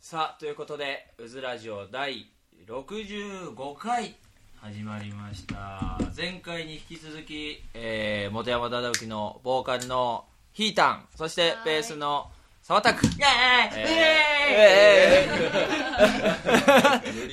さあということで「うずラジオ」第65回始まりました前回に引き続き、えー、元山忠之のボーカルのひーたんそしてはーいベースの沢田君イエーイイエ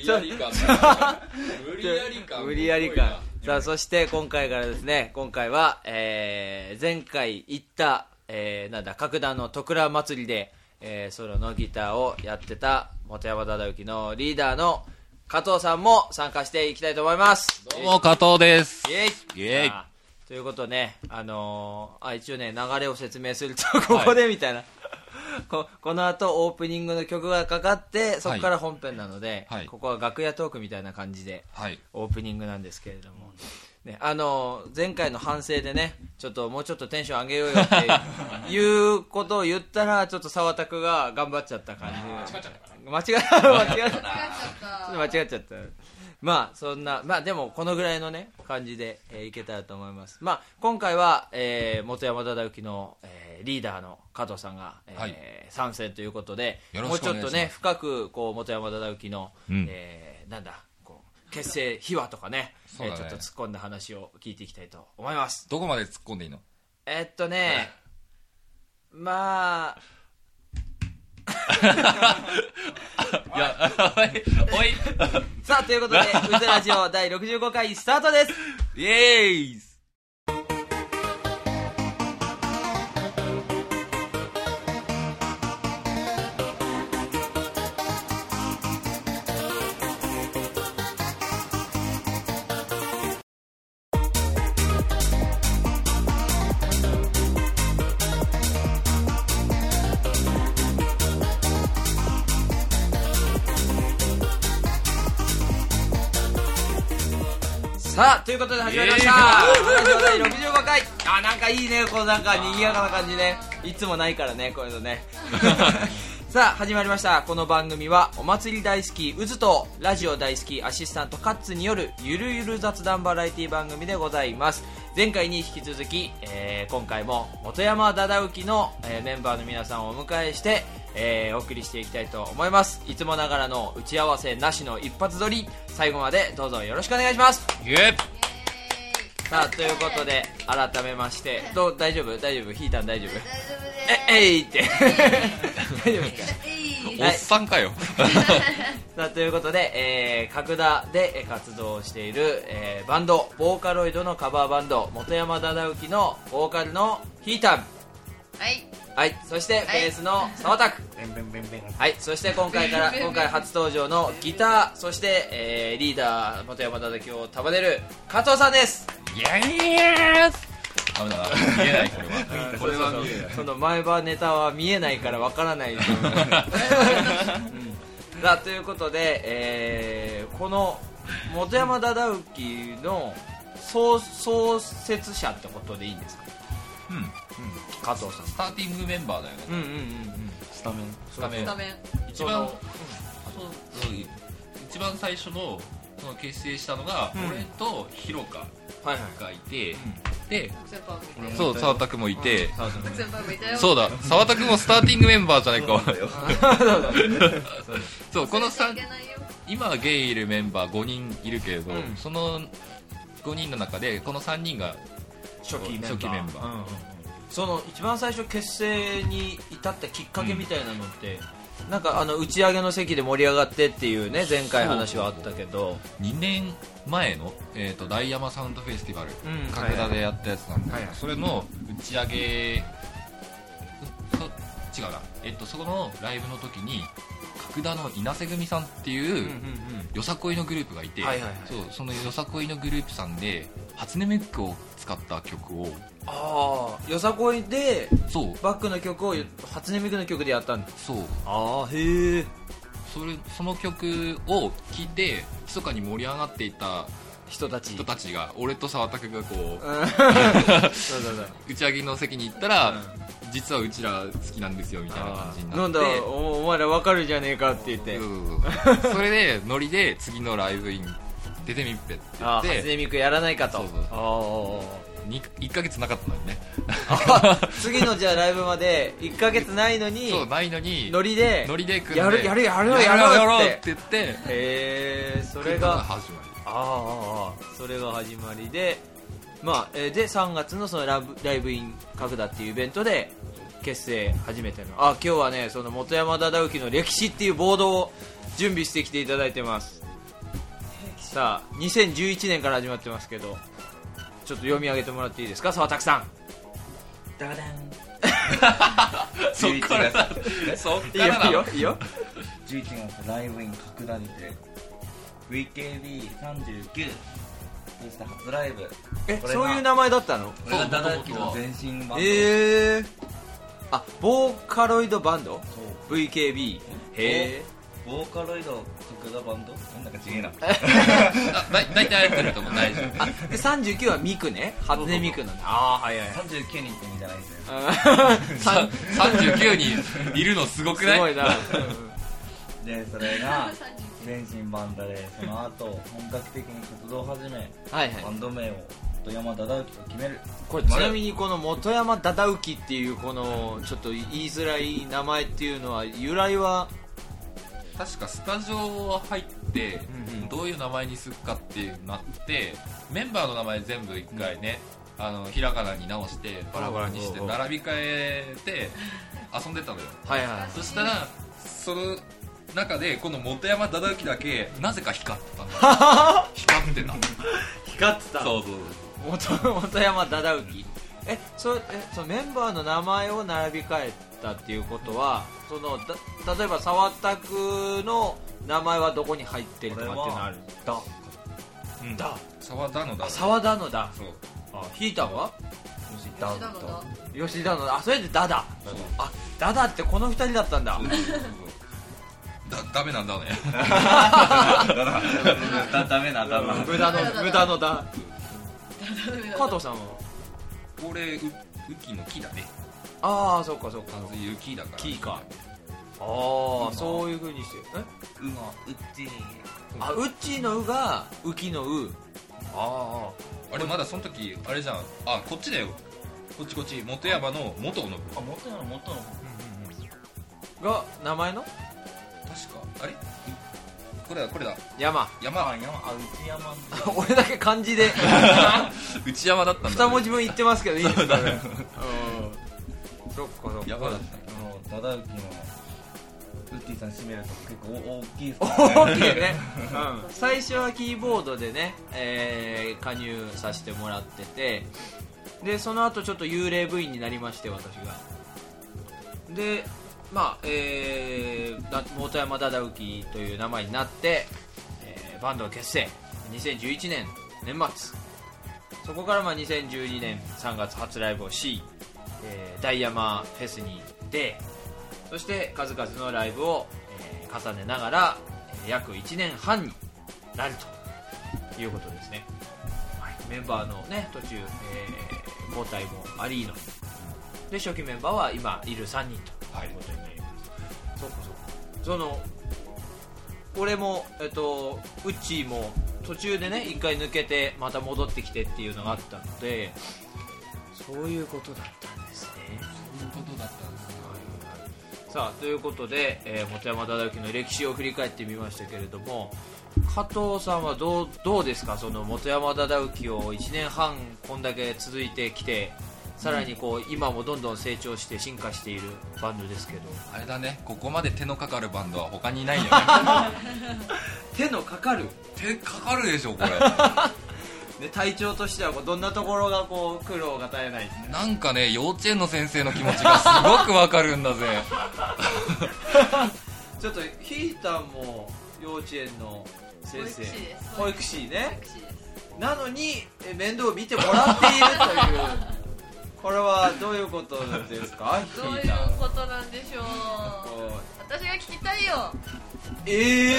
ーイ無理 やり感が無理やり感無理やり感さあそして今回からですね今回は、えー前回行った、えーなんだ各団の徳倉祭りで、えーソロのギターをやってた元山忠之のリーダーの加藤さんも参加していきたいと思いますどうもう加藤ですイエイイエイさあということでね、あのーあ一応ね流れを説明すると ここでみたいな、ここの後オープニングの曲がかかってそこから本編なので、はいここは楽屋トークみたいな感じではいオープニングなんですけれども、ね、あの前回の反省でねちょっともうちょっとテンション上げようよって いういうことを言ったらちょっと澤田君が頑張っちゃった感じ間違えた間違えた間違っちゃったまあそんなまあでもこのぐらいのね感じで、えーいけたらと思いますまあ今回は、えー元山忠之の、えーリーダーの加藤さんが、えーはい参戦ということでよろもうしくちおょ願っいしますとね深くこう元山忠之の、うんえーなんだこう結成秘話とかねそうえだーねちょっと突っ込んだ話を聞いていきたいと思いますどこまで突っ込んでいいのえーっとねまあ いやおい さあということで「うずラジオ」第65回スタートですイエーイさあということで始まりました、イエラジオ第65回あなんかいいねこのなんか賑やかな感じねいつもないからねこういうのねさあ始まりましたこの番組はお祭り大好きうずとラジオ大好きアシスタントカッツによるゆるゆる雑談バラエティ番組でございます前回に引き続き、えー今回も元山忠之の、えーメンバーの皆さんをお迎えして、えーお送りしていきたいと思いますいつもながらの打ち合わせなしの一発撮り最後までどうぞよろしくお願いしますイエさあということで改めましてどう大丈夫大丈夫ひーたん大丈夫大丈夫ですええいって 大丈夫ですかえいイおっさんかよさあということで、えー、角田でえー活動している、えーバンドボーカロイドのカバーバンド元山忠之のボーカルのひーたんはいはいそしていベースの澤田君はいそして今回からベンベンベン今回初登場のギターそして、えーリーダー元山忠之を束ねる加藤さんですイエーイダメだな見えないこれはこれは見えないその前歯ネタは見えないからわからない ですようんさあということで、えーこの元山忠之の創創設者ってことでいいんですかうん加藤さんスターティングメンバーだよねうんうんうんスタメン画面一番そうそう一番最初のその結成したのが、うん俺とヒロカはいはいがいて、で先輩もいたよそう澤田君もいて、先輩もいたよそうだ澤田君もスターティングメンバーじゃないかそうこの忘れ3ちゃいけないよ今現いるメンバー5人いるけれど、うんその5人の中でこの3人が初期メンバー初期メンバーうんうんうんその一番最初結成に至ったきっかけみたいなのって、なんかあの打ち上げの席で盛り上がってっていうね前回話はあったけど2年前の、えー、と大山サウンドフェスティバル、うん角田でやったやつなんで、はいはいそれの打ち上げそ違うな、えっとそこのライブの時に角田の稲瀬組さんっていう、うんうんうんよさこいのグループがいて、はいはいはいそうそのよさこいのグループさんで初音ミックを使った曲をああよさこいでそうバックの曲を初音ミクの曲でやったんだそうああへえそれその曲を聴いて密かに盛り上がっていた人たち人たちが俺と沢田君がこうんそうそうそうう打ち上げの席に行ったら、実はうちら好きなんですよみたいな感じにななっんてだおお前らわかるじゃねえかって言ってそうそうそうそれでノリで次のライブに出てみっぺって言あっあ初て音ミクやらないかとそうそうあに1ヶ月なかったのにね 次のじゃあライブまで1ヶ月ないのにそうないのにノリでノリで組んでやるやるやろうややろろううややろろううっってて言ってへえそれ組んだのが始 まりああああそれが始まりでまあえーで3月のそのラブライブイン角田っていうイベントで結成初めてのあ今日はねその元山忠之の歴史っていうボードを準備してきていただいてますさあ2011年から始まってますけどちょっと読み上げてもらっていいですか沢拓さんダダンそっからだそっいいからよいだいよいいよ11月ライブイン格段にて VKB39 そして初ライブえこれがそういう名前だったのこれがダダダダキの全身バンド、ええあボーカロイドバンドそう VKB へえボーカロイド格段バンドなんだか違えなあだ大体合ってると思う大丈夫あで39はミクね初音ミクなんだああはいはい39人って意味じゃないです よさ39人いるのすごくすないごいなでそ れが39全身バンドでその後本格的に活動を始めはいはバいンド名を元山ダダウキと決めるこれちなみにこの元山忠之っていうこのちょっと言いづらい名前っていうのは由来は確かスタジオ入ってうんうんどういう名前にするかっていうなってメンバーの名前全部一回ね、あのひらがなに直してバラバラにしておうおうおう並び替えて遊んでたのよはいはいそしたらその中でこの元山忠之だけなぜか光ってた んだ光ってた光ってたそうそう元 元山忠之えそえそのメンバーの名前を並び替えたっていうことはそのだ例えば沢田区の名前はどこに入ってるとかっていうのあるだそう、うん、だ沢田のだあ沢田のだそうあヒーターは吉田ダのだ吉田のあそれでダダそうあダダってこの二人だったんだそうそうそうそうだダメなんだねダダメなダメな無駄ダダのダ無駄のダ加だ藤さんはこれう雨季の木だねああそっかそっか完全に雪だから木かああそういうふうにしてえうまうっちーあうちのうがうきのうああれまだその時あれじゃんあこっちだよこっちこっち元山の元の部あ元なの元なのあが名前の確かあれうこれだこれだ山 山あ山あうち山の俺だけ漢 字で内山だったんだ二文字分言ってますけどいいですかねうんそっかそっか山だっもうダダウキのウッディさん締めると結構大きいです大きいね、うん、最初はキーボードでね、えー加入させてもらっててでその後ちょっと幽霊部員になりまして私がでまあえーな元山忠之という名前になって、えーバンドを結成2011年年末そこからまあ2012年3月初ライブをし、えー、大山フェスに行ってそして数々のライブを、えー重ねながら、えー約1年半になるということですね、はい、メンバーのね途中、えー交代もありので初期メンバーは今いる3人ということになります、そうかそうかその俺もえっとウッチーも途中でね一回抜けてまた戻ってきてっていうのがあったのでそういうことだったんですねそういうことだったんですさあということで、えー、元山忠之の歴史を振り返ってみましたけれども加藤さんはどうどうですかその元山忠之を1年半こんだけ続いてきてさらにこう今もどんどん成長して進化しているバンドですけどあれだねここまで手のかかるバンドは他に いないよね手のかかる、手かかるでしょこれね、体調としてはこうどんなところがこう苦労が絶えないなんかね幼稚園の先生の気持ちがすごくわかるんだぜちょっとヒーターも幼稚園の先生保育士です保育士ねタクシーですなのにえ面倒を見てもらっているというこれはどういうことですかヒどういーうターことなんでしょうこ私が聞きたいようええ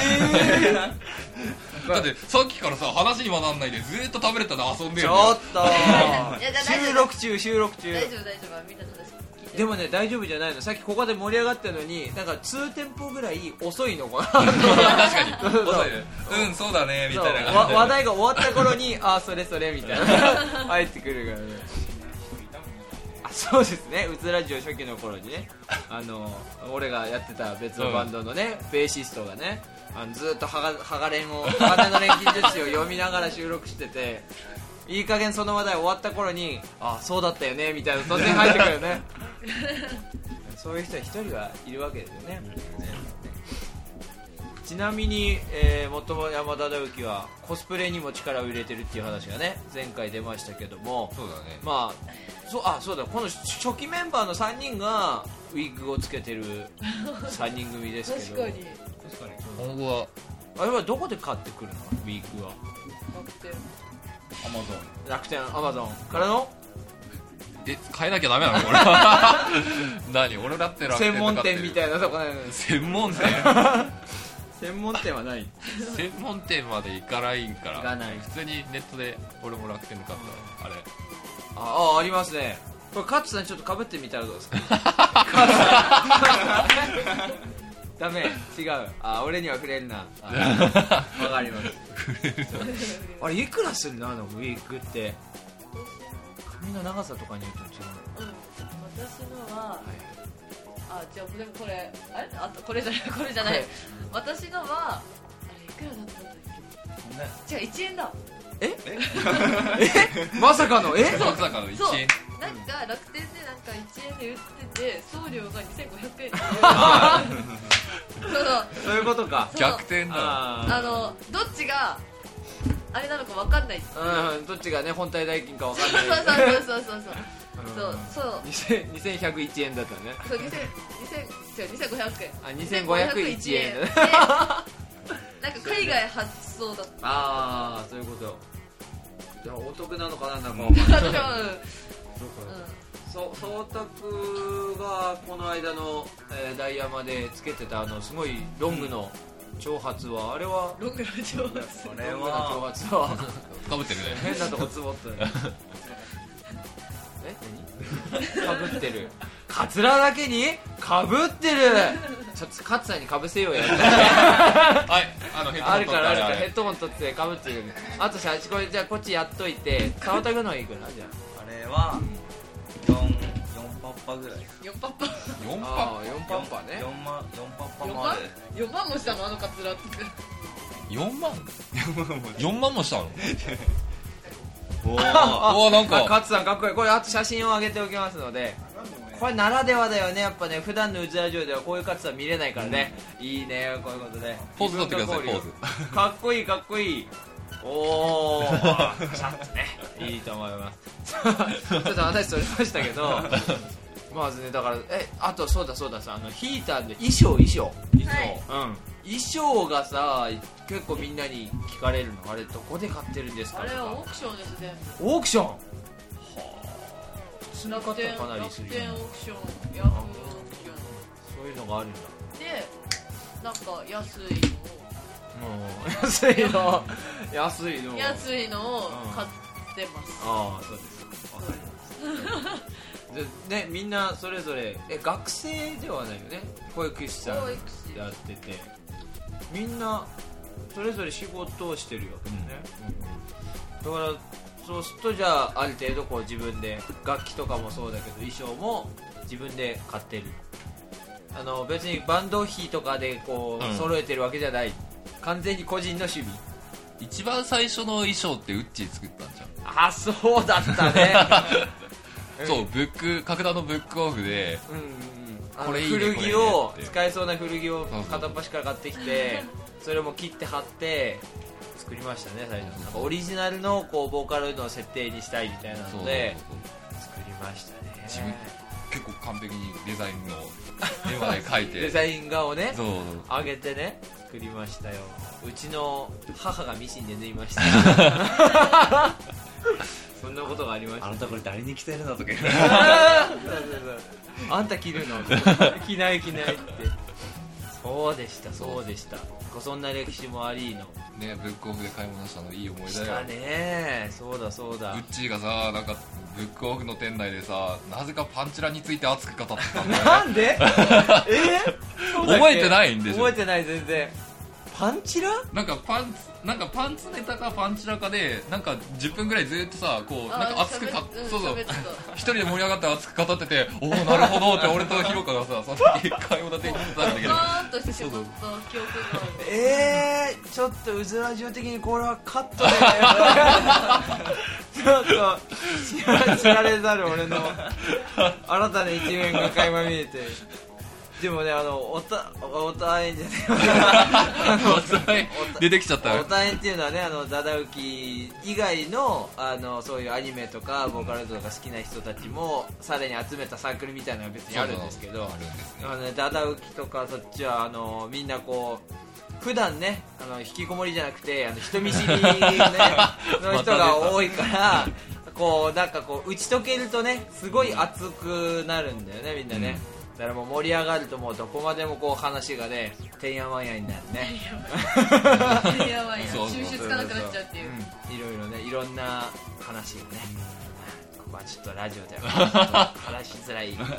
だってさっきからさ話にもなんないでずーっと食べれたら遊んでちるょっいやいや大丈と収録夫中収録中大丈夫大丈夫みんな正しく聞いてでもね大丈夫じゃないのさっきここで盛り上がったのになんか2テンポぐらい遅いのかな確かに そうそう遅いねうんそうだねみそうたいなわ感じで話題が終わった頃にあーそれそれみたいな入ってくるからねあそうですねうつラジオ初期の頃にねあの俺がやってた別のバンドのね、ベーシストがねあのずっとハガハガレンを「鋼の錬金術師」を読みながら収録してていい加減その話題終わった頃にあそうだったよねみたいな突然入ってくるよねそういう人は一人はいるわけですよねちなみに、えー、元山忠之はコスプレにも力を入れてるっていう話がね前回出ましたけどもそうだねまあそうあそうだこの初期メンバーの3人がウィッグをつけてる3人組ですけ 確どかに今後はあれはどこで買ってくるのウィッグはだってアマゾン楽天アマゾンからのえ変えなきゃダメ なのこれ 何俺だって楽専天とか門って店みたいなとこないの専門店専門店はない専門店まで行かないから行かない普通にネットで俺も楽天で買ったあれああありますねこれカッツさんちょっとかぶってみたらどうですかダメ違うあ俺には触れんなあわかりますあれいくらするのあのウィークって髪の長さとかによっても違ううん私のはあじゃあでもこれあれあこれじゃないこれじゃない私のはあれいくらだったんだっけ違う1円だのまさかのえまさかの1そう円なんか楽天でなんか1円で売ってて送料が2500円 そうそうそういうことかそう逆転だああのどっちがあれなのか分かんないってのうんどっちがね本体代金かわかそうんないそうそうそうそうそうそうそう2000 2101円だったねそう2000 2000違う2500円あ2501円だね でなんか海外発送だっああそういうことじゃあお得なのかななんかた多分うそ総卓がこの間の、えーダイヤマでつけてたあのすごいロングの長髪は、あれはんロングラジオですこれロングのは長髪は かぶってるね変なとこつぼ ったねえ何かぶってるカツラだけにかぶってるちょっとカツさんにかぶせ ようやはいあのヘッドホあンる取っかたらあるあかられヘッドホン取ってかぶってるあとさこれじゃあこっちやっとい て顔たくのいいくらじゃああれは4四パッパぐらい4パッパ4パああ4パンパね4万4パッパ4ま万で4万もしたのあのカツラって4万4万もしたのおおあうわなんかあ勝さんかっこいいこれあと写真を上げておきますのでこれならではだよねやっぱね普段のうちラジオではこういう勝さん見れないからね、いいねこういうことでポーズ取ってくださいポーズズかっこいいかっこいいおおシ ャッとねいいと思います ちょっと話それましたけ どまずねだからえあとそうだそうださあのヒーターで衣装衣装はいうん衣装がさ結構みんなに聞かれるのあれどこで買ってるんですかあとれかはオークションです全オークションはあ普通部の方楽は天かなり楽するよ天ねオークションヤフーオークシそういうのがあるんだョンでなんか安い安いの安いののを安いのを買ってますああそうですわかりますでねみんなそれぞれえ学生ではないよね保育士さん保育士やっててみんなそれぞれ仕事をしてるよね、だからそうするとじゃあある程度こう自分で楽器とかもそうだけど衣装も自分で買ってるあの別にバンド費とかでこうんう揃えてるわけじゃない、完全に個人の趣味一番最初の衣装ってウッチー作ったんじゃんあそうだったねうんそうブック格段のブックオフでうんうんあのこれいいね古着こをれいいねって使えそうな古着をそうそう片っ端から買ってき てそれも切って貼って作りましたね最初なんかオリジナルのこうボーカロイドの設定にしたいみたいなそうのそうでそう作りましたね自分結構完璧にデザインの絵まで描いて デザイン画をねそう上げてね作りましたようちの母がミシンで縫いました そんなことがありましたあなたこれ誰に着てるんだとか言う あんた着るの 着ない着ないってそうでしたそうでしたそんな歴史もありのねブックオフで買い物したのいい思いし出だたよねそうだそうウだッチーがさなんかブックオフの店内でさなぜかパンチラについて熱く語って たんだよなん でえそうだっけ覚えてないんでしょ覚えてない全然パンチラなんかパンツなんかパンツネタかパンチラかでなんか10分ぐらいずっとさこうなんか熱くか喋っうんそうそう喋ってた一人で盛り上がって熱く語ってておおなるほどって俺とひろかがさその時買い物で行ってたんだけ パどーンとしてしまった記憶があるえー、ちょっとうずらジオ的にこれはカットだよちょっと知ら知られざる俺の新たな一面が垣間見えてでもねあのおたおたえんじゃねお互い出てきちゃったえおたえんっていうのはねあのザダウキ以外のあのそういうアニメとかボーカルとか好きな人たちもさらに集めたサークルみたいなのが別にあるんですけどそうそうあるんですねあのね、ダダウキとかそっちはあのみんなこう普段ねあの引きこもりじゃなくてあの人見知 り、ね、の人が多いからこうなんかこう打ち解けるとねすごい熱くなるんだよねみんなね、だからもう盛り上がるともうどこまでもこう話がねてんやわんやになるね、やばいやそうそう収集つかなくなっちゃうっていううん、いろいろねいろんな話がね、ここはちょっとラジオでは話しづらいだか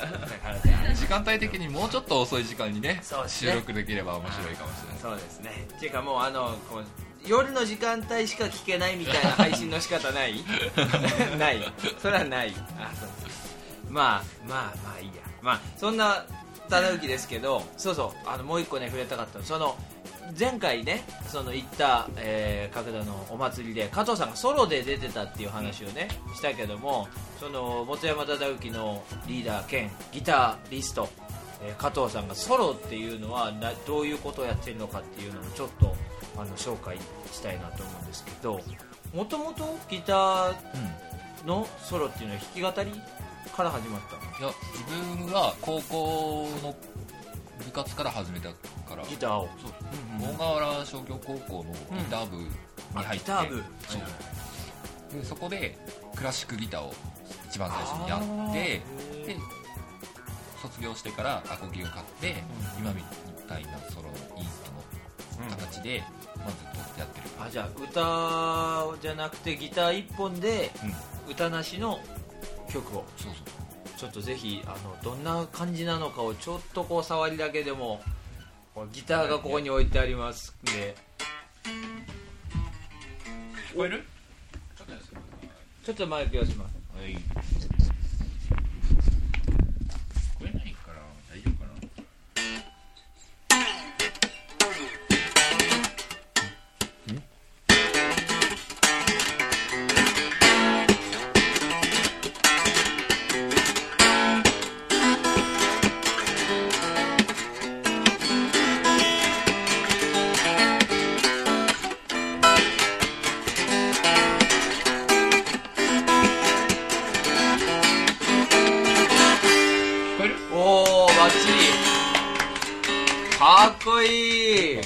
らじゃあ時間帯的にもうちょっと遅い時間にねそうですね収録できれば面白いかもしれないそうですねっていうかもうあのこう夜の時間帯しか聞けないみたいな配信の仕方ないないそれはないあそうまあまあまあいいやまあそんな忠之ですけどそうそうあのもう一個ね触れたかったのその前回ねその行った、えー角田のお祭りで加藤さんがソロで出てたっていう話をねしたけどもその元山忠之のリーダー兼ギタリスト、えー加藤さんがソロっていうのはなどういうことをやってるのかっていうのもちょっとあの紹介したいなと思うんですけどもともとギターのソロっていうのは弾き語りから始まったのいや自分は高校の部活から始めたからギターをそううんうん大河原商業高校のギター部にあ入ギって、ター部そうでそこでクラシックギターを一番最初にやってで卒業してからアコギを買って、う今みたいなソロインストの形で、まずっとやってるあじゃあ歌じゃなくてギター一本でうん歌なしの曲をそうそうちょっとぜひあのどんな感じなのかをちょっとこう触りだけでもこうギターがここに置いてありますんで聞こえるちょっとマイクをしますはい聞こえないから大丈夫かな聞こえるおおバッチリかっこいいこ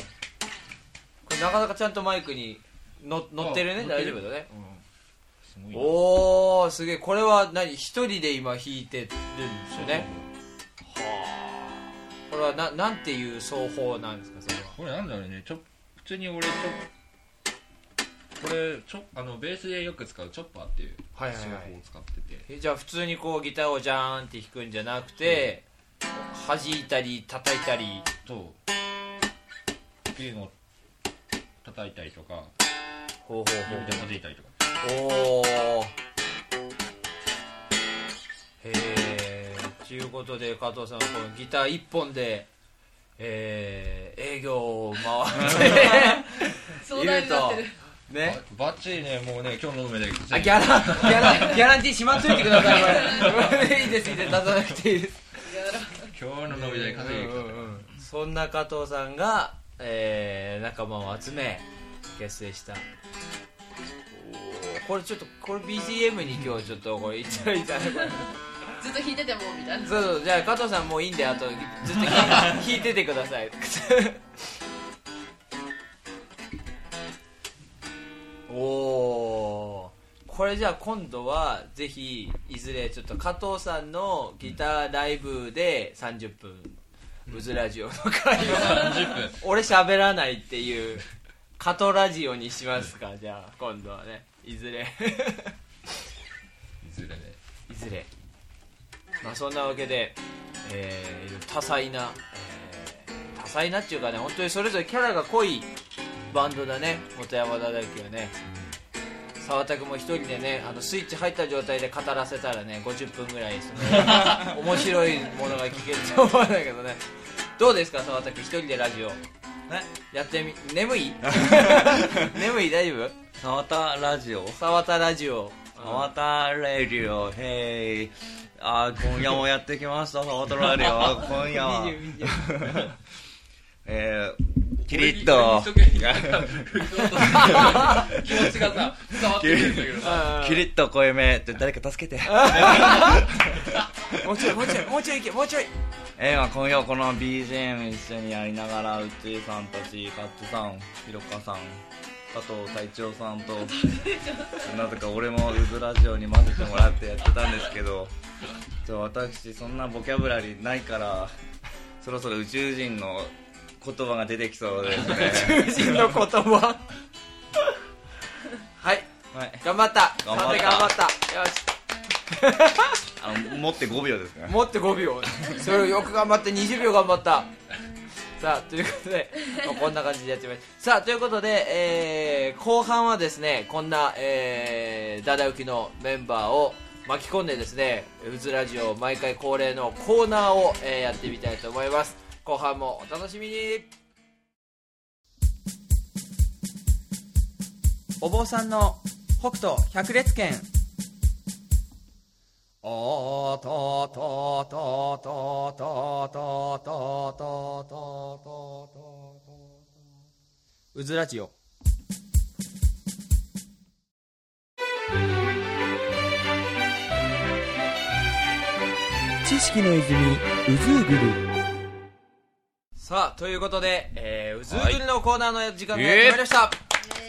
れなかなかちゃんとマイクにの乗ってるねあ乗大って丈る夫だねすごいなおおすげえこれは何一人で今弾いてるんですよねこれはななんていう奏法なんですかそれはこれなんだろうねちょ普通に俺ちょこれちょあのベースでよく使うチョッパーっていうはいはい奏はい法を使ってて、えじゃあ普通にこうギターをジャーンって弾くんじゃなくて、弾いたり叩いたりとっていうのを叩いたりとかほうほうほ指で弾いたりとかおおへえということで加藤さんはこのギター一本でえー営業を回って壮大になってるねバッチリねもうね今日の目であギャラギャラギャランティーしまっといてくださいこれいいですいいです出さなくていいです今日の目で稼いでうんうんうんそんな加藤さんが、えー仲間を集め結成したこれちょっとこれ BGM に今日ちょっとこれいっちゃいたいなこれずっと弾いててもみたいなそうそうじゃあ加藤さんもういいんであとずっと聞い聞いててくださいお おこれじゃあ今度はぜひいずれちょっと加藤さんのギターライブで30分うずラジオの会を30分俺喋らないっていう加藤ラジオにしますかじゃあ今度はねいずれいずれね失礼まあそんなわけで、えー多彩な、えー多彩なっていうかね本当にそれぞれキャラが濃いバンドだね元山田大輝はね澤田君も一人でねあのスイッチ入った状態で語らせたらね50分ぐらいその面白いものが聞けると思うんだけどねどうですか澤田君一人でラジオやってみ眠い眠い大丈夫沢田ラジオ沢田ラジオ沢田レディオヘイあー今夜もやってきました沢田ラディオ今夜はえー、キリッと俺に一生懸命振り落としてる気持ちがさ伝わってくるんだけどさキリッと濃いめって誰か助けてもうちょいもうちょいもうちょいいけもうちょいえー、まあ今夜はこの BGM 一緒にやりながらうちさんたちカッツさんひろかさん加藤隊長さん となぜか俺もうずラジオに混ぜてもらってやってたんですけどちょ私そんなボキャブラリーないからそろそろ宇宙人の言葉が出てきそうですね宇宙人の言葉はいはい頑張った頑張さったて頑張ったよしあの持って5秒ですね持って5秒それをよく頑張って20秒頑張ったさあということで、まあこんな感じでやってみましたさあということで、えー後半はですねこんな、えー、ダダウキのメンバーを巻き込んでですねうずラジオ毎回恒例のコーナーを、えーやってみたいと思います後半もお楽しみにお坊さんの北斗百列拳おーとーとーとーとーとーとーとーとーとーとーとーとーうずらじよ知識の泉うずうぐるさあということで、えー、うずうぐりのコーナーの時間がやってまいりました、さ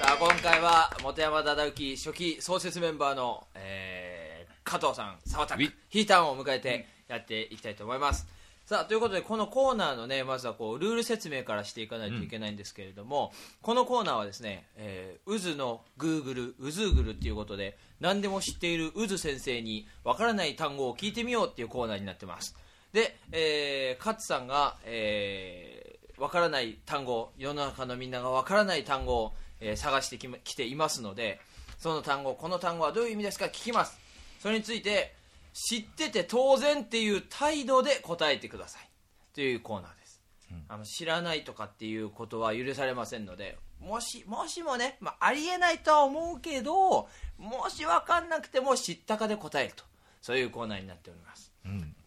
あ今回は元山忠之初期創設メンバーの、えー、加藤さん澤田う君いヒーターンを迎えてやっていきたいと思います、さあということでこのコーナーのねまずはこうルール説明からしていかないといけないんですけれども、このコーナーはですね、えー、うずのグーグルうずうぐるっていうことで何でも知っているうず先生にわからない単語を聞いてみようっていうコーナーになってますで、えー、勝さんが、えー、わからない単語世の中のみんながわからない単語を、えー探してき,、ま、来ていますのでその単語この単語はどういう意味ですか聞きますそれについて知ってて当然っていう態度で答えてくださいというコーナーです、あの知らないとかっていうことは許されませんのでもしもしもね、まあ、ありえないとは思うけどもし分かんなくても知ったかで答えるとそういうコーナーになっております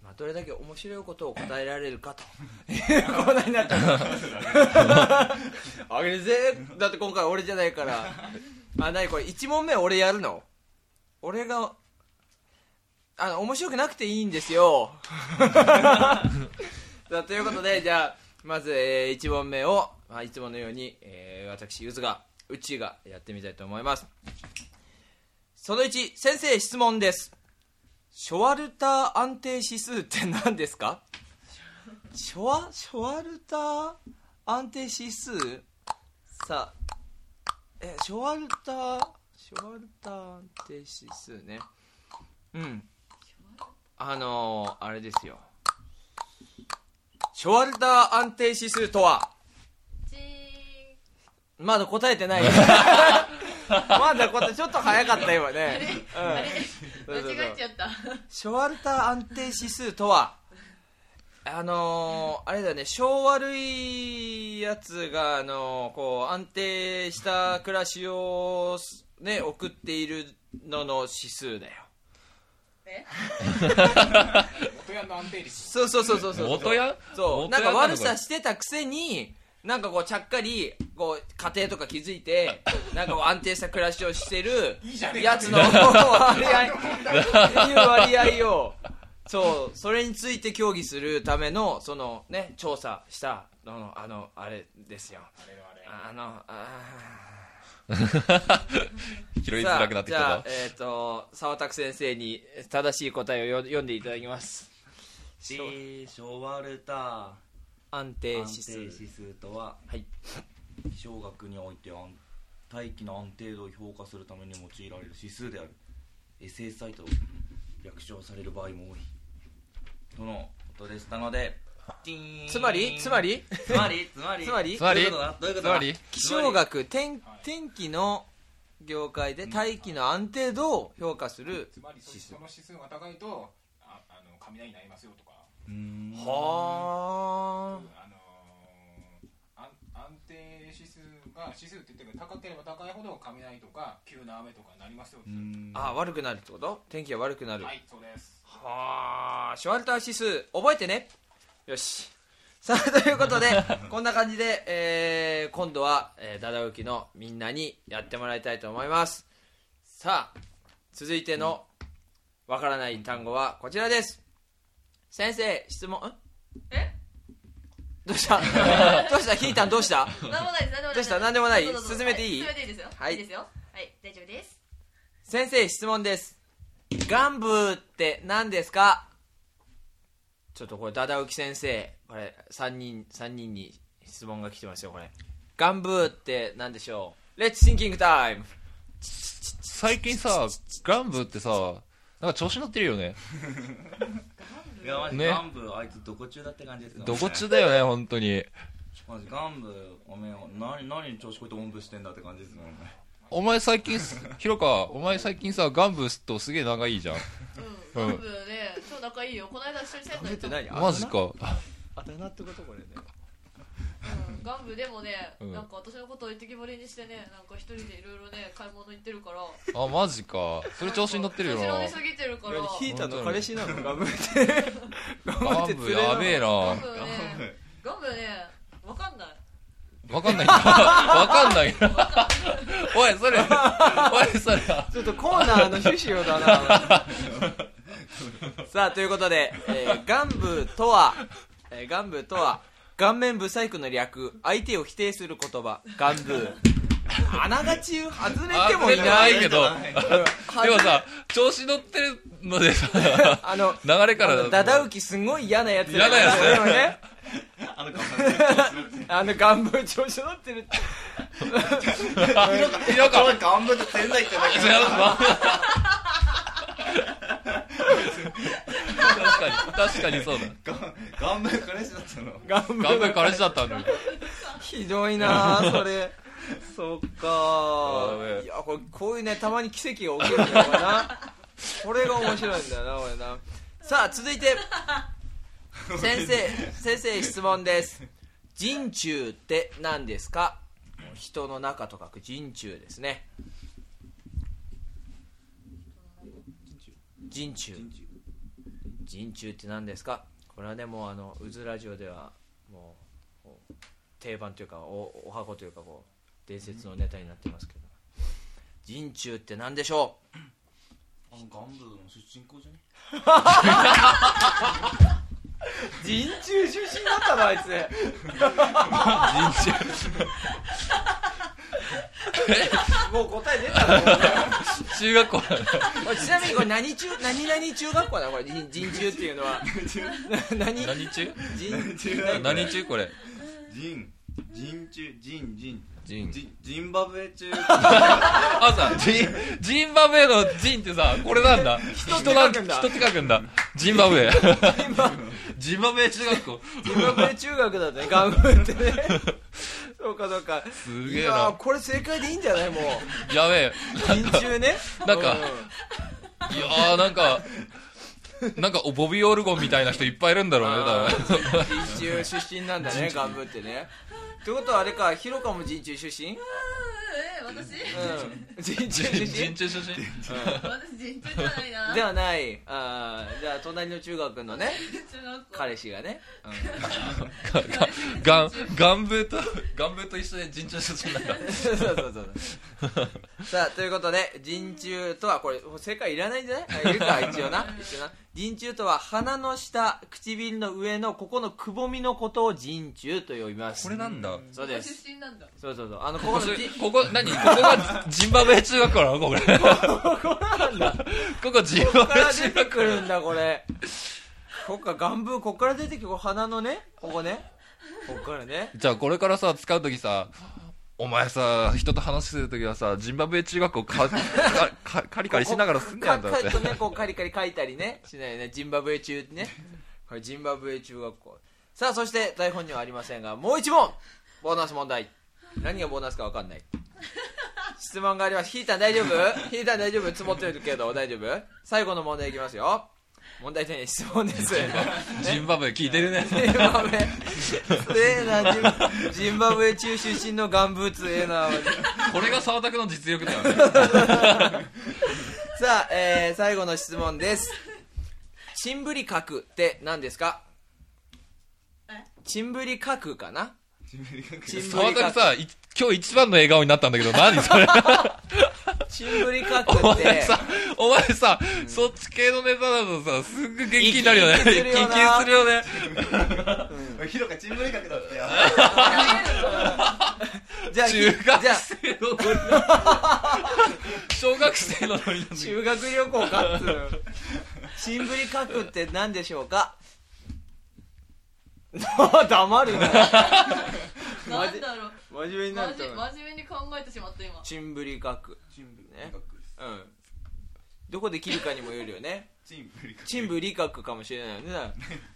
まあ、どれだけ面白いことを答えられるかというコーナーになったあげるぜだって今回俺じゃないからあ何これ1問目俺やるの俺があの面白くなくていいんですよ さあということでじゃあまず、え1問目を、まあ、いつものように、えー私ゆずがうちがやってみたいと思いますその1先生質問ですショワルター安定指数って何ですかショワショワルター安定指数さあえショワルターショワルター安定指数ねうんあのー、あれですよショワルター安定指数とはチーンまだ答えて ないまだ答えちょっと早かった今ねあうんそうそうそうれ間違えちゃったショワルター安定指数とはあのー、あれだよね小悪いやつが、あのーこう安定した暮らしを、ね、送っているのの指数だよ えそうそうそうそうそう元やそう元なんヤかなの悪さしてたくせになんかこうちゃっかりこう家庭とか気づいてなんかこう安定した暮らしをしてるやつの割合いう割合をそうそれについて協議するためのそのね調査したあのあのあれですよあのあー拾いづさらあくなってじきゃたあ、えっ、と、沢拓先生に正しい答えをよ読んでいただきます。ショワルタ安定ー指安数定。指数とははい。小学において安大気の安定度を評価するために用いられる指数である SSI と略称される場合も多いとのことでしたのでティーンつまりつまりつまりつまりつまりつまりどういうことだどういうことつまだり気象学天天気の業界で大気の安定度を評価するつまりそその指数が高いとああの雷になりますよとか、うーんはあのー安安定指数が指数って言ってるけど高ければ高いほど雷とか急な雨とかになりますよってうーんああ悪くなるってこと天気が悪くなるはいそうですはあシュワルター指数覚えてねよしさあ ということでこんな感じで、えー今度は、えー、ダダウキのみんなにやってもらいたいと思いますさあ続いてのわからない単語はこちらです先生質問んえどうしたどうしたひーたんどうした 何もないです何もないどうした何でもない進めていいは進めていいですよはいいいですよはい大丈夫です先生質問ですガンブーって何ですかちょっとこれダダウキ先生これ3人三人に質問が来てますよこれガンブーって何でしょうレッツシンキングタイム最近さ、ガンブってさ、なんか調子乗ってるよね。いやマジねガンブあいつどこ中だって感じですからねどこ中 だよね、本当に。マジガンブおめえ何何調子こいておんぶしてんだって感じですもんねお前最近す、ヒロカ、お前最近さ、ガンブとすげえ仲いいじゃん。ううんん全部ね超仲いいよこの間一緒に銭湯行ったマジか。あだ名ってことこれねうんガンブでもね、うんなんか私のことを一きぼりにしてねなんか一人でいろいろね買い物行ってるからあ、マジか。それ調子に乗ってるよ調な子乗り。すぎてるからヒータの彼氏なのガンブーってガンガンブやべえな。ガわンブねガンブねわかんないかん ないんだ。わかんないんだ。おい、それ、お い、それ。ちょっとコーナーの趣旨をだなさあということで、えー、ガンブとは、えー、ガンブとは顔面不細工の略相手を否定する言葉ガンブあながち外れてもいなあいないけど。でもさ、調子乗ってるのでさ、あの流れからだとダダウキすごい嫌なやつ嫌なやつだよねあのあのガンブ調子乗ってるヒロカ、ガンブって仙台ってだけ違うわ確かに確かにそうだガンブ彼氏だったのガンブ頑張り彼氏だったんだひどい なあそれそっかやべえいやこれこういうねたまに奇跡が起きるんだよなこれが面白いんだよな俺なさあ続い て先生先生質問です人中って何ですか人の中と書く人中ですね人中人中って何ですかこれはねもうあのうずラジオではもうこう定番というかおお箱というかこう伝説のネタになってますけど人中って何でしょあのガンブの出身校じゃねう人中出身だったのあいつ人もう答え出たの中中学校なんだこれ ちなみにこれ何中何々中学校だこれ人人中っていうのは な何人 何中中何中これジンジン中ジンジンジンジジンバブエ 中あさジンジンバブエのジンってさこれなんだ人がって書くんだ人って書くんだジンバブエジンバブエ中学校自分で中学だったね頑張ってねそうかそうかすいげえやーなこれ正解でいいんじゃないもうやべえ人中ねなんかういやーなんかなんかおボビー・オルゴンみたいな人いっぱいいるんだろうねあ多分人中出身なんだねガンブってねってことはあれかヒロカも人中出身うんえ私うん人中出人身中出私身人中じゃな いなではないあーじゃあ隣の中学のね中学校彼氏がねガン、ガンブーと、ガンブーと一緒で人中出 身なんだ。そうそうそうそうさあということで人中とはこれ正解いらないんじゃないあいるか一応な一応な人中とは鼻の下唇の上のここのくぼみのことを人中と呼びますこれなんだ。そうごです出身なんだそうそうそうあのここここのじ、ここ、何ここがジンバブエ中学校なのこれ。ここジンこバこブかエら中出てくるんだこれこっかガンブーここから出てきてこう鼻のねここねここからねじゃあこれからさ、使うときさ、お前さ、人と話するときはさ、ジンバブエ中学校か、 か、かカリカリしながらすんねやんだカっリてカリ。とねこうカリカリ書いたりねしないよねジンバブエ中ってねこれジンバブエ中学校さあそして台本にはありませんがもう一問ボーナス問題何がボーナスか分かんない質問がありますヒーター大丈夫ヒーター大丈夫積もってるけど大丈夫最後の問題いきますよ問題じゃない質問ですジンバブエ聞いてるね。ジンバブエええなジンジンバブエ中出身のガンブーツええなこれが沢田君の実力だよね。さあ、えー、最後の質問です。ちんぶりかくって何ですかえちんぶりかくかなちんぶ沢り田君かく。さ、い今日一番の笑顔になったんだけど、何それ。 ちんぶりかくおっ前て、さ、お前さ、そっち系のネタだとさ、すっごい元気になるよね。生き生きするよ 生なき生きするよね。ヒロカチンブリ角だったよじゃあ、中学じゃあ生のノリ 小学生のノリなんだけど修学旅行かっつうのちんぶりかくって何でしょうか黙るな。マなんジだろう真面目になまるじと思う。真面目に考えてしまった今ちんぶりかく。チンブリね角うん。どこで切るかにもよるよね。チンブリ角チンブリカクかもしれないよね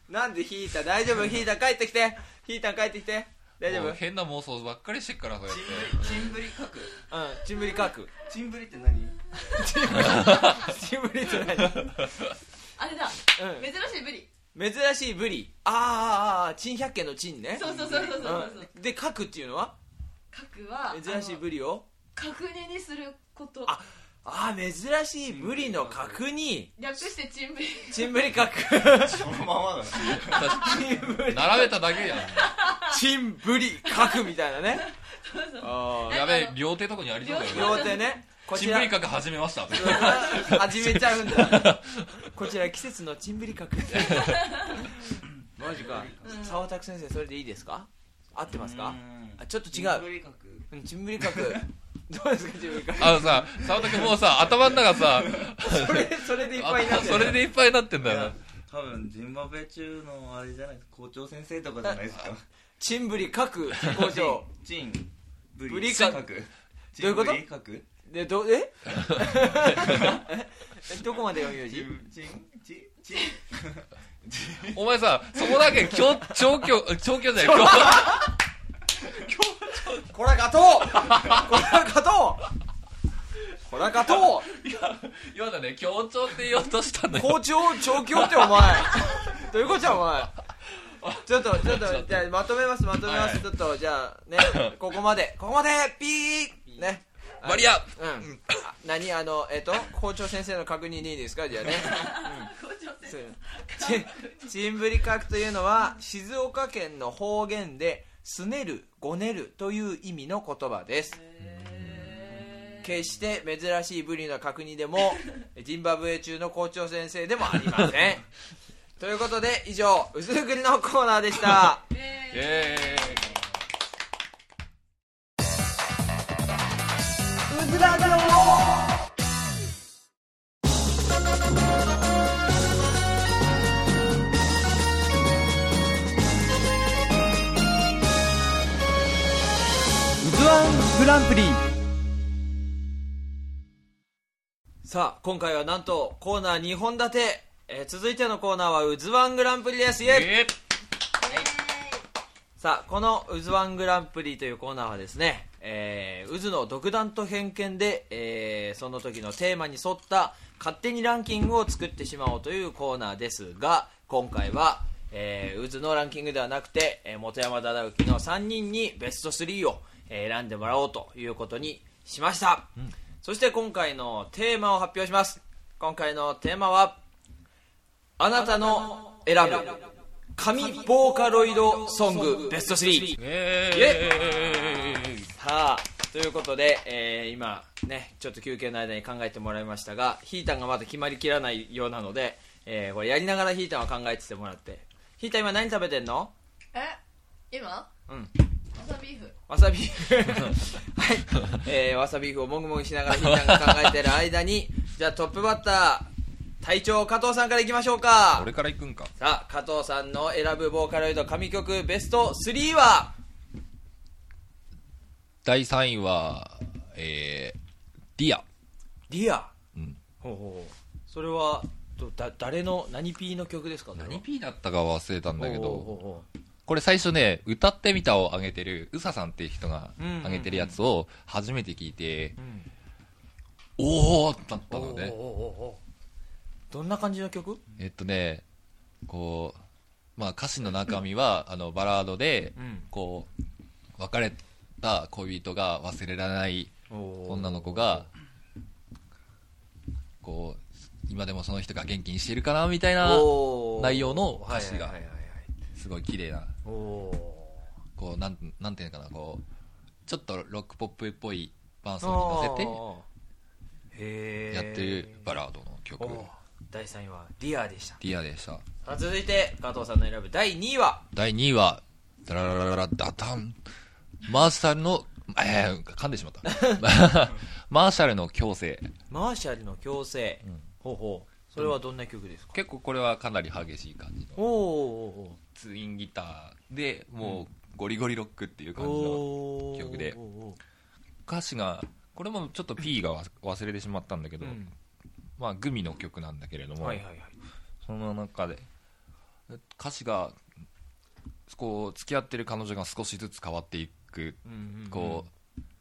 なんでヒーター大丈夫ヒーター帰ってきてヒーター帰ってきて大丈夫もううん変な妄想ばっかりしてっから、そうやって。チンブリ角チンブリカクチンブリって 何チンブリって何、あれだ珍しいブリうん、珍しいブリあーあーあー珍百景のチンねそうそうそうそうそうそううんでカクっていうのは核は珍しいブリをあの角煮にすることあああ珍しいブリの角に略してチンブリチンブリカ クそのままだ 並べただけやん。チンブリカクみたいな ねあやべえ、両手とかにありそうだーよね。両手ねこチンプリカク始めました。 始めちゃうんだ こちら季節のチンブリ角マジかうん沢拓先生それでいいですか合ってますかあちょっと違ブリう角うんチンブリ角 どうですかチンブリ角あのさ、沢田君もうさ、頭の中さ、それそれでいっぱいになってるそれでいっぱいになってんだよな。多分ジンバブエ中のあれじゃないですか校長先生とかじゃないですかチンブリ角 工場チンブブリリ角角どどういうことチンブリ角でどえ えどこまで読みようチじンチンチンチン お前さ、そこだけ、強、調教、調教じゃない、 こらガトー こらガトーこらガ ト今だね、強調って言おうとしたんだーよ。校長調教ってお 前どういうことじゃんお前ちょっとちょっとじゃあまとめますまとめます、はいちょっとじゃあ ねここまでここまでピーねマリアうんあ何あのえっ、と校長先生の確認でいいですかじ ゃあね校長先そうちちんぶりかくというのは静岡県の方言ですねるごねるという意味の言葉です生決して珍しいブリの角煮でもジンバブエ中の校長先生でもありませんということで以上「うすぐり」のコーナーでしたえーえズワングランプリさあ今回はなんとコーナー2本立て、えー続いてのコーナーは「うずわんグランプリ」ですイエイえさあこの「うずわんグランプリ」というコーナーはですね、えー、渦の独断と偏見で、えーその時のテーマに沿った勝手にランキングを作ってしまおうというコーナーですが今回は、えー、渦のランキングではなくて、えー元山忠之の3人にベスト3をえー選んでもらおうということにしました、そして今回のテーマを発表します今回のテーマは「あなたの選ぶ」神ボーカロイドソングベスト3ええさあということで、えー今ねちょっと休憩の間に考えてもらいましたがヒータンがまだ決まりきらないようなので、えーこれやりながらヒータンは考えててもらってヒータン今何食べてんのえ今うん朝ビーフわ さびはい、えー、わさビーフをもぐもぐしながらヒータンが考えてる間にじゃあトップバッター隊長加藤さんからいきましょうか俺から行くんか。さあ加藤さんの選ぶボーカロイド神曲ベスト3は第3位は、えー、ディア。リア、うんほうほうほうそれはどだ誰の何 P の曲ですか何 P だったか忘れたんだけほうど、ほうほこれ最初ね、歌ってみたを上げてる、うささんっていう人が上げてるやつを初めて聞いて、ううんおおーだったおうおうおのうね。おうどんな感じの曲えっとね、こう、まあ歌詞の中身は、あの、バラードで、んこう、別れた恋人が忘れられない女の子が、こう、今でもその人が元気にしてるかな、みたいな、内容の歌詞がはいはいはいはいすごい綺麗な、おおこう、なん、なんていうのかな、こう、ちょっとロックポップっぽい伴ー奏に乗せて、へえやってるバラードの曲、第3位は「ディアでしたディアでした。さあ続いて加藤さんの選ぶ第2位は第2位は、ダラララララダタン。マーシャルの、えー、噛んでし まった。マーシャルの強制。マーシャルの強制、ほうほうそれはどんな曲ですか、結構これはかなり激しい感じおの。おーツインギターで、もうゴリゴリロックっていおーう感じの。おー曲でおーおー歌詞が、これもちょっと P がわ忘れてしまったんだけど、うんまあグミの曲なんだけれども、はいはいはいその中で、歌詞が、こう、付き合ってる彼女が少しずつ変わっていくこ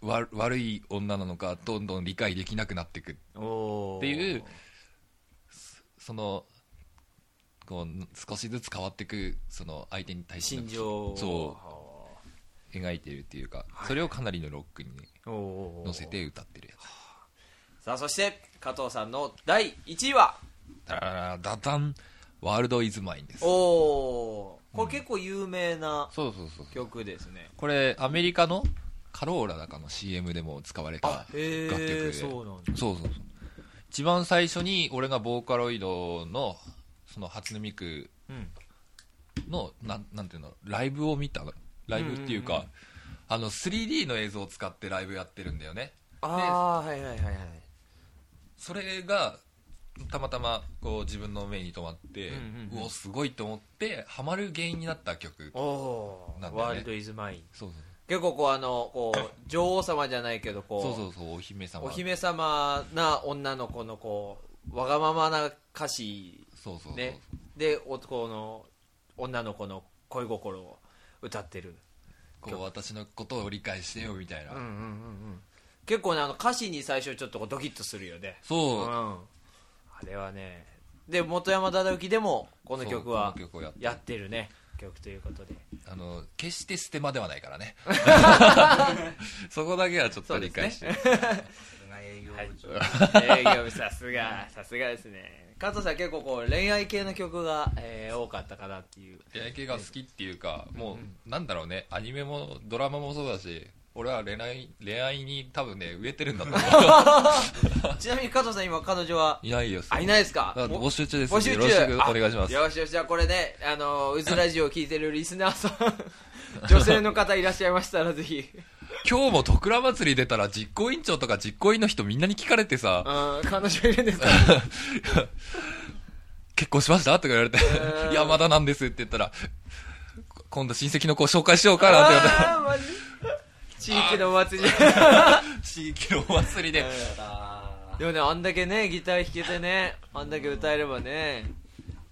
う、わ悪い女なのかどんどん理解できなくなっていくうんおーっていうそのこう少しずつ変わっていくその相手に対しての心情そはあう描いてるっていうか、それをかなりのロックにねおーおーおー乗せて歌ってるやつさあそして加藤さんの第1位はダラララダダンワールドイズマインですおそうおーこれ結構有名なそうそう曲ですね、これアメリカのカローラだかの CM でも使われたへ楽曲えでそうなんだそうそうそう一番最初に俺がボーカロイドのその初音ミクうんのなんなんていうのライブを見たライブっていうか、あの 3D の映像を使ってライブやってるんだよねああーはいはいはいはいそれがたまたまこう自分の目に留まって、ううんうんうんおすごいと思ってハマる原因になった曲おおー、なんだよねワールドイズマインそう結構こうあのこう女王様じゃないけどこそううそうそうそうお姫様お姫様な女の子のこうわがままな歌詞そうそうそう、ねで男の女の子の恋心を歌ってるこう私のことを理解してよみたいな、結構ねあの歌詞に最初ちょっとこうドキッとするよねそううんあれはねで元山忠之でもこの曲はそうこの曲をやってやってるね曲ということであの決してステマではないか らねそこだけはちょっと理解して、営業部さす がさすがですね加藤さん結構こう恋愛系の曲が、えー多かったかなっていう恋愛系が好きっていうか、もう、なんだろうね、アニメもドラマもそうだし、俺は恋愛、恋愛に多分ね、植えてるんだと思 う。ちなみに加藤さん今彼女はいないよ、あいないですかあ募集中です。募集中よろしくお願いしますあ。よしよしじゃあこれねあのうずラジオを聞いてるリスナーさ ん女性の方いらっしゃいましたらぜひ今日も徳倉祭り出たら実行委員長とか実行委員の人みんなに聞かれてうさ、ん彼女いるんですか 結婚しましたとか言われてう、んいや、まだなんですって言ったら、今度親戚の子紹介しようかなって言われあーマジ地域のお祭りて、地域のお祭りで、でもねあんだけねギター弾けてねあんだけ歌えればね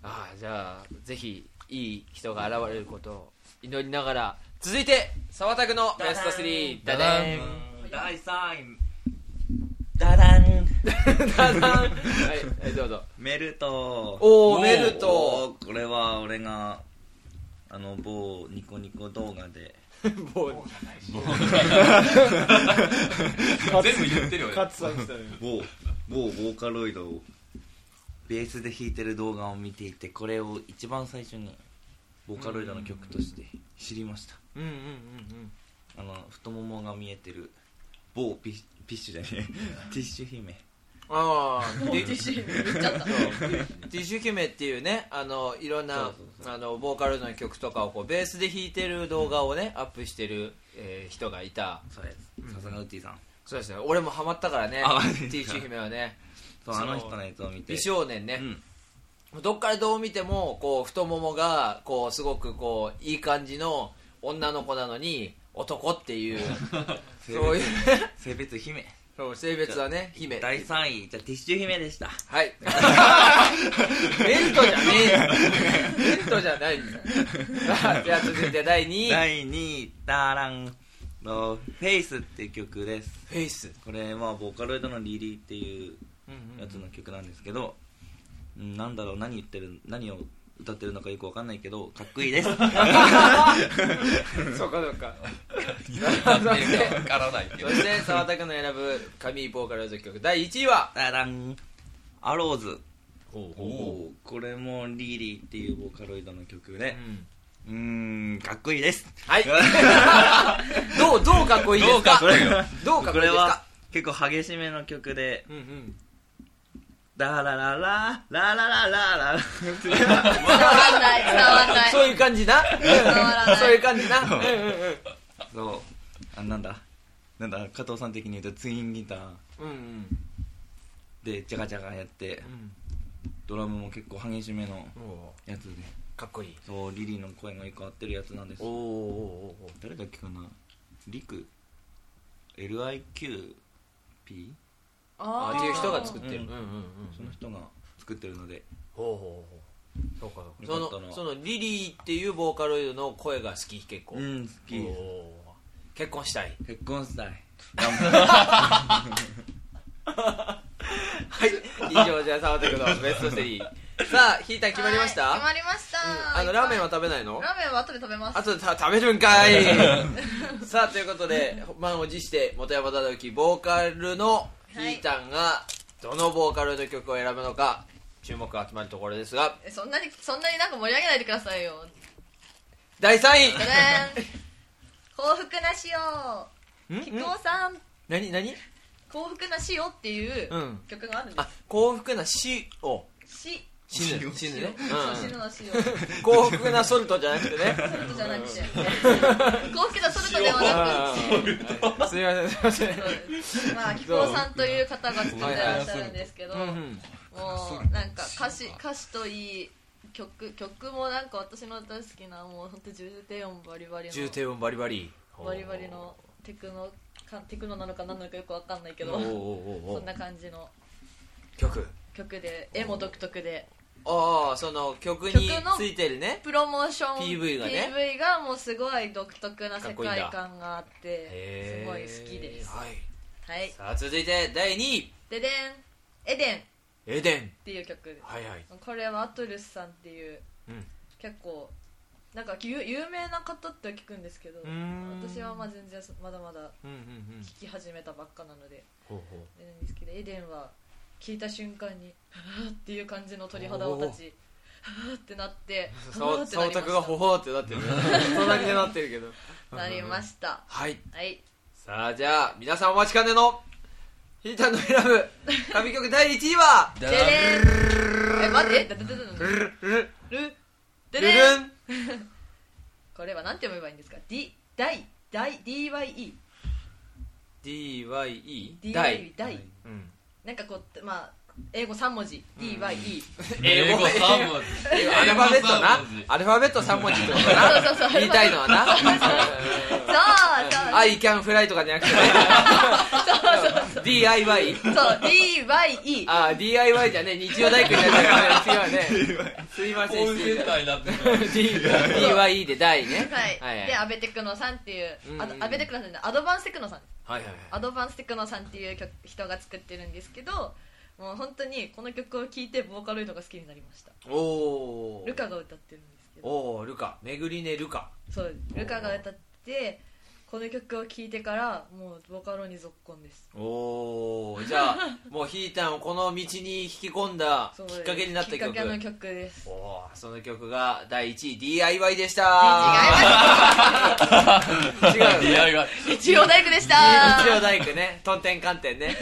ああじゃあぜひいい人が現れることを祈りながら続いて沢田君のベスト3ダダダダンン。第3位ダダンダダンはいはいどうぞメルトおおメルトこれは俺があの某ニコニコ動画でもう全部言ってるよね。某某ボーカロイドをベースで弾いてる動画を見ていてこれを一番最初にボーカロイドの曲として知りましたうんうんうんあの太ももが見えてる某ピッピッシュじゃねえティッシュ姫うんああもう自信言っちゃったティッシュ姫っていうねあのいろんなそうそうあのボーカルの曲とかをこうベースで弾いてる動画をねアップしてる、えー人がいたそうですさすがウッディさんそうですね俺もハマったからねテあィッシュ姫はねそうあの人のやつを見て美少年ねう、んどっからどう見てもこう太ももがこうすごくこういい感じの女の子なのに男っていう 性そういう別性別姫そう性別はね姫第3位じゃあティッシュ姫でしたはい ベントじゃねえよベントじゃないんだよさあでは続いて第2位第2位ダーランの「フェイスっていう曲ですフェイスこれはボーカロイドのリリーっていうやつの曲なんですけど、うん、なんだろう何言ってる何を歌ってるのかよくわかんないけどかっこい いですそうかそうかわからない けどそして澤田君の選ぶ神ボーカル作曲第1位はダーランアローズおこれもリリーっていうボーカロイドの曲でうーんかっこいいですはい どうどうかっこいいですか これはどうかっこいいですか結構激しめの曲でうんうんダラララララララララ伝わらない伝わらないそういう感じならないそういう感じなうんうんそうあなんだなんだ加藤さん的に言うとツインギターうんうんでジャカジャカやってうんドラムも結構激しめのうんおやつでーかっこいいそうリリーの声がよく合ってるやつなんですおーおーおーおー誰だっけかなリク LIQP ああっていう人がつ作ってるううんんうんうんその人が作ってるのでほうほうほうそうかそよかうったかなそのそのリリーっていうボーカロイドの声が好き結構うん好きおー結婚したい結婚したいはい 以上じゃあ澤田君のベスト3さあひーたん決まりました、決まりましたうんあのラーメンは食べないのラーメンは後で食べますあとでた食べるんか いさあということで満を持して元山忠之ボーカルのひーたんがどのボーカルの曲を選ぶのか注目が集まるところですがえそんなにそんなになんか盛り上げないでくださいよ第3じゃ位じゃーん幸福なしよ木久扇さん何何幸福なしをっていううん曲があるんであ幸福な死をす、し死ぬ死ぬね、そう死ぬのしをそれうん、幸福なソルトじゃなくてねとじゃなくて幸福なそれとではなくうんすいませんすいませんそうまあ木久扇さんという方が作ってらっしゃるんですけどうもんうんうなんか歌詞歌詞といい曲曲もなんか私の大好きなもう本当重低音バリバリの重低音バリバリバリバリのテクノかテクノなのか何なのかよくわかんないけおどーおーおーそおんーな感じの曲曲で絵も独特でああその曲についてるねプロモーション PV がね PV がもうすごい独特なかっ世こいいんだ界観があってへすーごい好きですはいはいさあ続いて第2位ででんエデンっエデンていう曲ですはいはいこれはアトルスさんっていう、うん結構なんか有有名な方って聞くんですけどうーん私はまあ全然そまだまだうんうんうん聞き始めたばっかなのでほうほ全然ですけどエデンは聞いた瞬間に「はぁ」っていう感じの鳥肌を立ち「はぁ」ってなってうはぁさってな沢りま田君がほしほーってなって るねそんだけなってるけどたなりましたはいはいさあじゃあ皆さんお待ちかねのひーたんの選 ぶ神曲第1位はででんえ待ってえだだだだルだルルルでルでルんンこれはなんて読めばいいんですか D 大大 DYE DYE 第 DYE 大うんなんかこうまあ英語3文字 DYE 英語3文字アルファベットなアルファベット3文字ってことだそうそうそうな言いたいのはなそうそう I can fly とかじゃなくてね DIY そう DYE ああ DIY じゃね日曜大工じゃないからね次はねすいません失礼しになってるた DIY で第ねははいはいい、でアベテクノさんっていううんあとアベテクノさんじゃないアドバンステクノさんはいはいアドバンステクノさんっていう曲人が作ってるんですけどもう本当にこの曲を聴いてボーカロイドが好きになりましたおおルカが歌ってるんですけどおおルカ巡りねルカそうルカが歌ってこの曲を聴いてからもうボカロにぞっこんですおおじゃあ もうひーたんをこの道に引き込んだそうきっかけになったきっ曲かけの曲ですおおーその曲が第1位 DIY でした違うよね一応大工でした一応大工ねとんてんかんてんね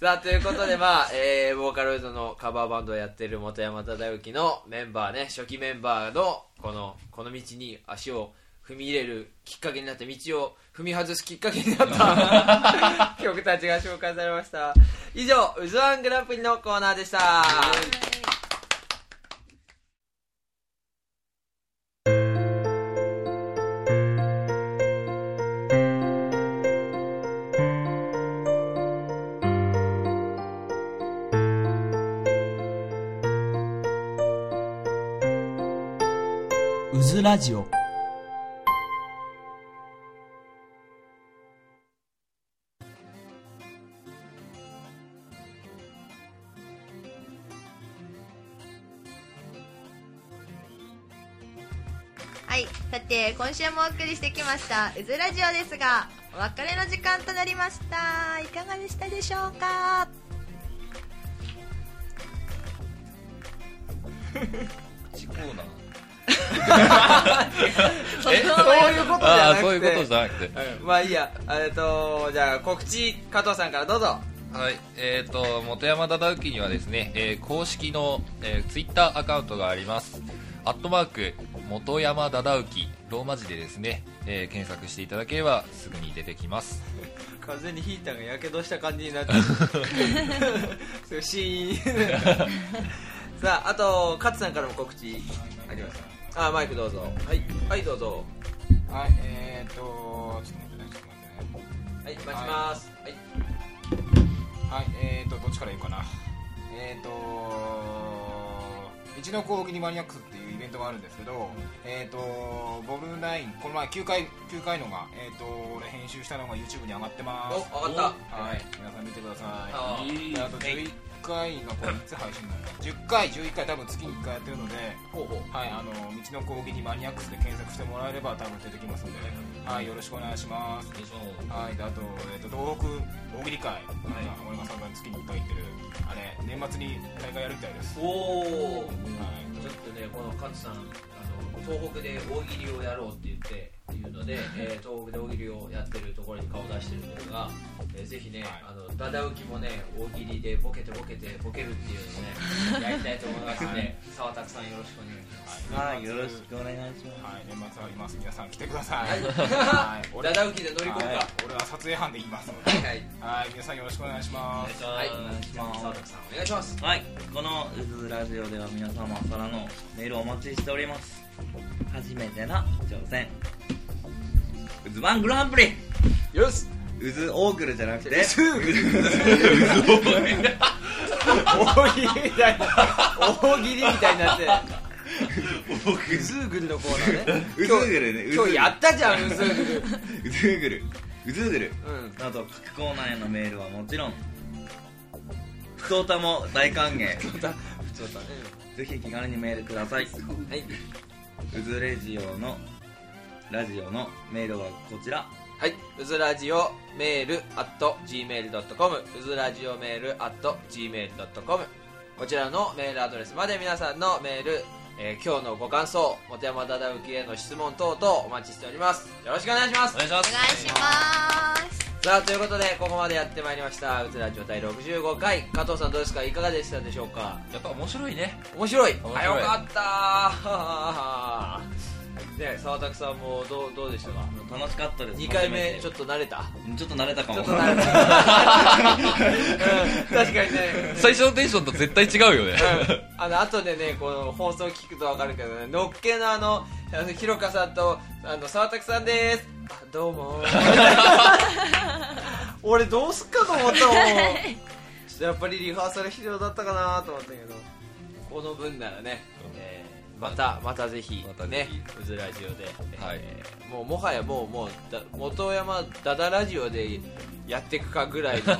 さあということでまあ、えーボーカロイドのカバーバンドをやってる元山忠之のメンバーね初期メンバーのこのこの道に足を踏み入れるきっかけになった道を踏み外すきっかけになった曲たちが紹介されました以上「うずわんグランプリ」のコーナーでしたズラジオはい、さて今週もお送りしてきました「うずラジオ」ですがお別れの時間となりましたいかがでしたでしょうか地コーナーそういうことじゃなくてーそういうことじゃなくてまあいいやえっとじゃあ告知加藤さんからどうぞはい、えっ、と、元山忠之にはですね、えー公式の、えツイッター Twitter アカウントがあります。アットマーク、元山忠之、ローマ字でですね、えー検索していただければすぐに出てきます。完全にヒーターがやけどした感じになってるすごいシーン さああと勝さんからも告知ありますあマイクどうぞはい、はい、どうぞはいえー、っとちょっと待ってねちょっと待ってねはい待ちますはい、はい、えーと、どっちから言うかな。えーと、一の大喜利マニアックスっていうイベントがあるんですけど、えーと、ボルナイン、この前9回、9回のが、えーと、俺編集したのが YouTube に上がってます。お上がっはい、皆さん見てくださあい。であと11回がこれいつ配信なのか。10回、11回多分月に1回やってるので、ほうほうはい、あの、道の攻撃にマニアックスで検索してもらえれば多分出てきますので、はい、よろしくお願いします。はい、であと、えっと、東北大喜利会、はい、森山さんが月に1回行ってる、あれ、年末に大会やるみたいです。おおはいちょっとねこの勝さんあの東北で大喜利をやろうって言っていうので、 えー東北で大喜利をやってるところに顔を出してるんですが、えーぜひね、はいあのダダウキもね大喜利でボケてボケてボケるっていう のをねやりたいと思いますので沢田さんよろしくお願いしますはい、よろしくお願いしまはい、年末あります。皆さん来てください。はは いい、ダダウキで乗り込むかははい俺は撮影班で言いますので、い、はいはい、皆さんよろしくお願いします。はいお願いします沢田さんお願いしますす。はい、このうずラジオでは皆様からのメールをお待ちしております。初めての挑戦。うずワングランプリよしうずオーグルじゃなくて、すぐ大喜利みたいな大喜利みたいになってうずーぐるのコーナーね うずぐるね、うず今ぐ日るやったじゃんうずーぐるうずぐる。うずぐる。うんなど各コーナーへのメールはもちろん不当たも大歓迎普通だねぜひ気軽にメールくださいはいうずレジオのラジオのメールはこちらはいうずラジオメール at gmail.com うずラジオメール at gmail.com こちらのメールアドレスまで皆さんのメール、えー今日のご感想本山忠之への質問等々お待ちしておりますよろしくお願いしますお願いしまお願いしますさあということでここまでやってまいりました「うつらジオ第65回」加藤さんどうですかいかがでしたでしょうかやっぱ面白いね。面白い白いあよかったーはははは ね沢田さんもどうどうでしたか楽しかったです2回目ち初ょっと慣れためてちょっと慣れたかちょもっと慣れた、うん、確かにね最初のテンションと絶対違うよね。うんあの後でねこの放送聞くとわかるけどねのっけのあのあのひろかさんとあの沢田さんですあどうも 俺どうすっかと思ったもんちょっとやっぱりリハーサル必要だったかなと思ったけどこの分ならね、えーまたまたぜひまたぜねひうずラジオで、えーはいもうもはやもうもうだ元山ダダラジオでやっていくかぐらい の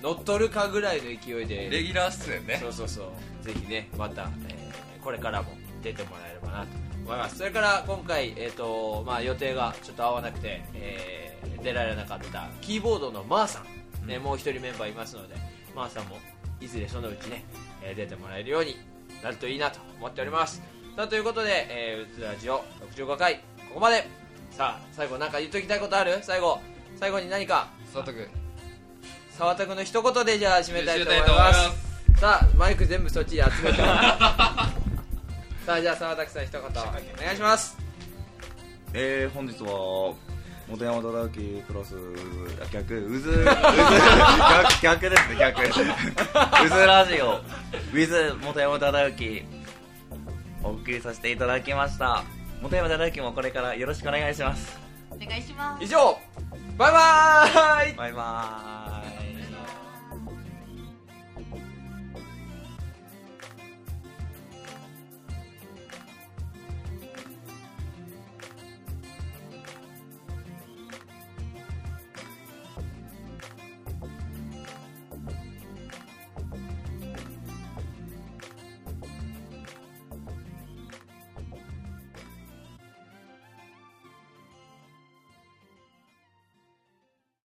乗っ取るかぐらいの勢いでレギュラー出演ねそ。うそうそうぜひねまた、えーこれからも出てもらえればなと思いますそれから今回、えーとまあ、予定がちょっと合わなくて、えー出られなかったキーボードのマーさん、ねもう一人メンバーいますのでマーさんもいずれそのうちね、えー出てもらえるようになるといいなと思っておりますさあということで「えーうつラジオ65回」ここまでさあ最後なんか言っときたいことある最後最後に何か佐藤君。沢田君の一言でじゃあ締めたいと思い締めたまいすと思いまさあマイク全部そっちに集めて さあじゃあ沢田さん一言お願いします えー、本日は元山忠之プラスあ逆うずう ず逆逆ですね逆 うずラジオ with 元山忠之お送りさせていただきました元山忠之もこれからよろしくお願いしますお願いします以上バイバーイバイバーイ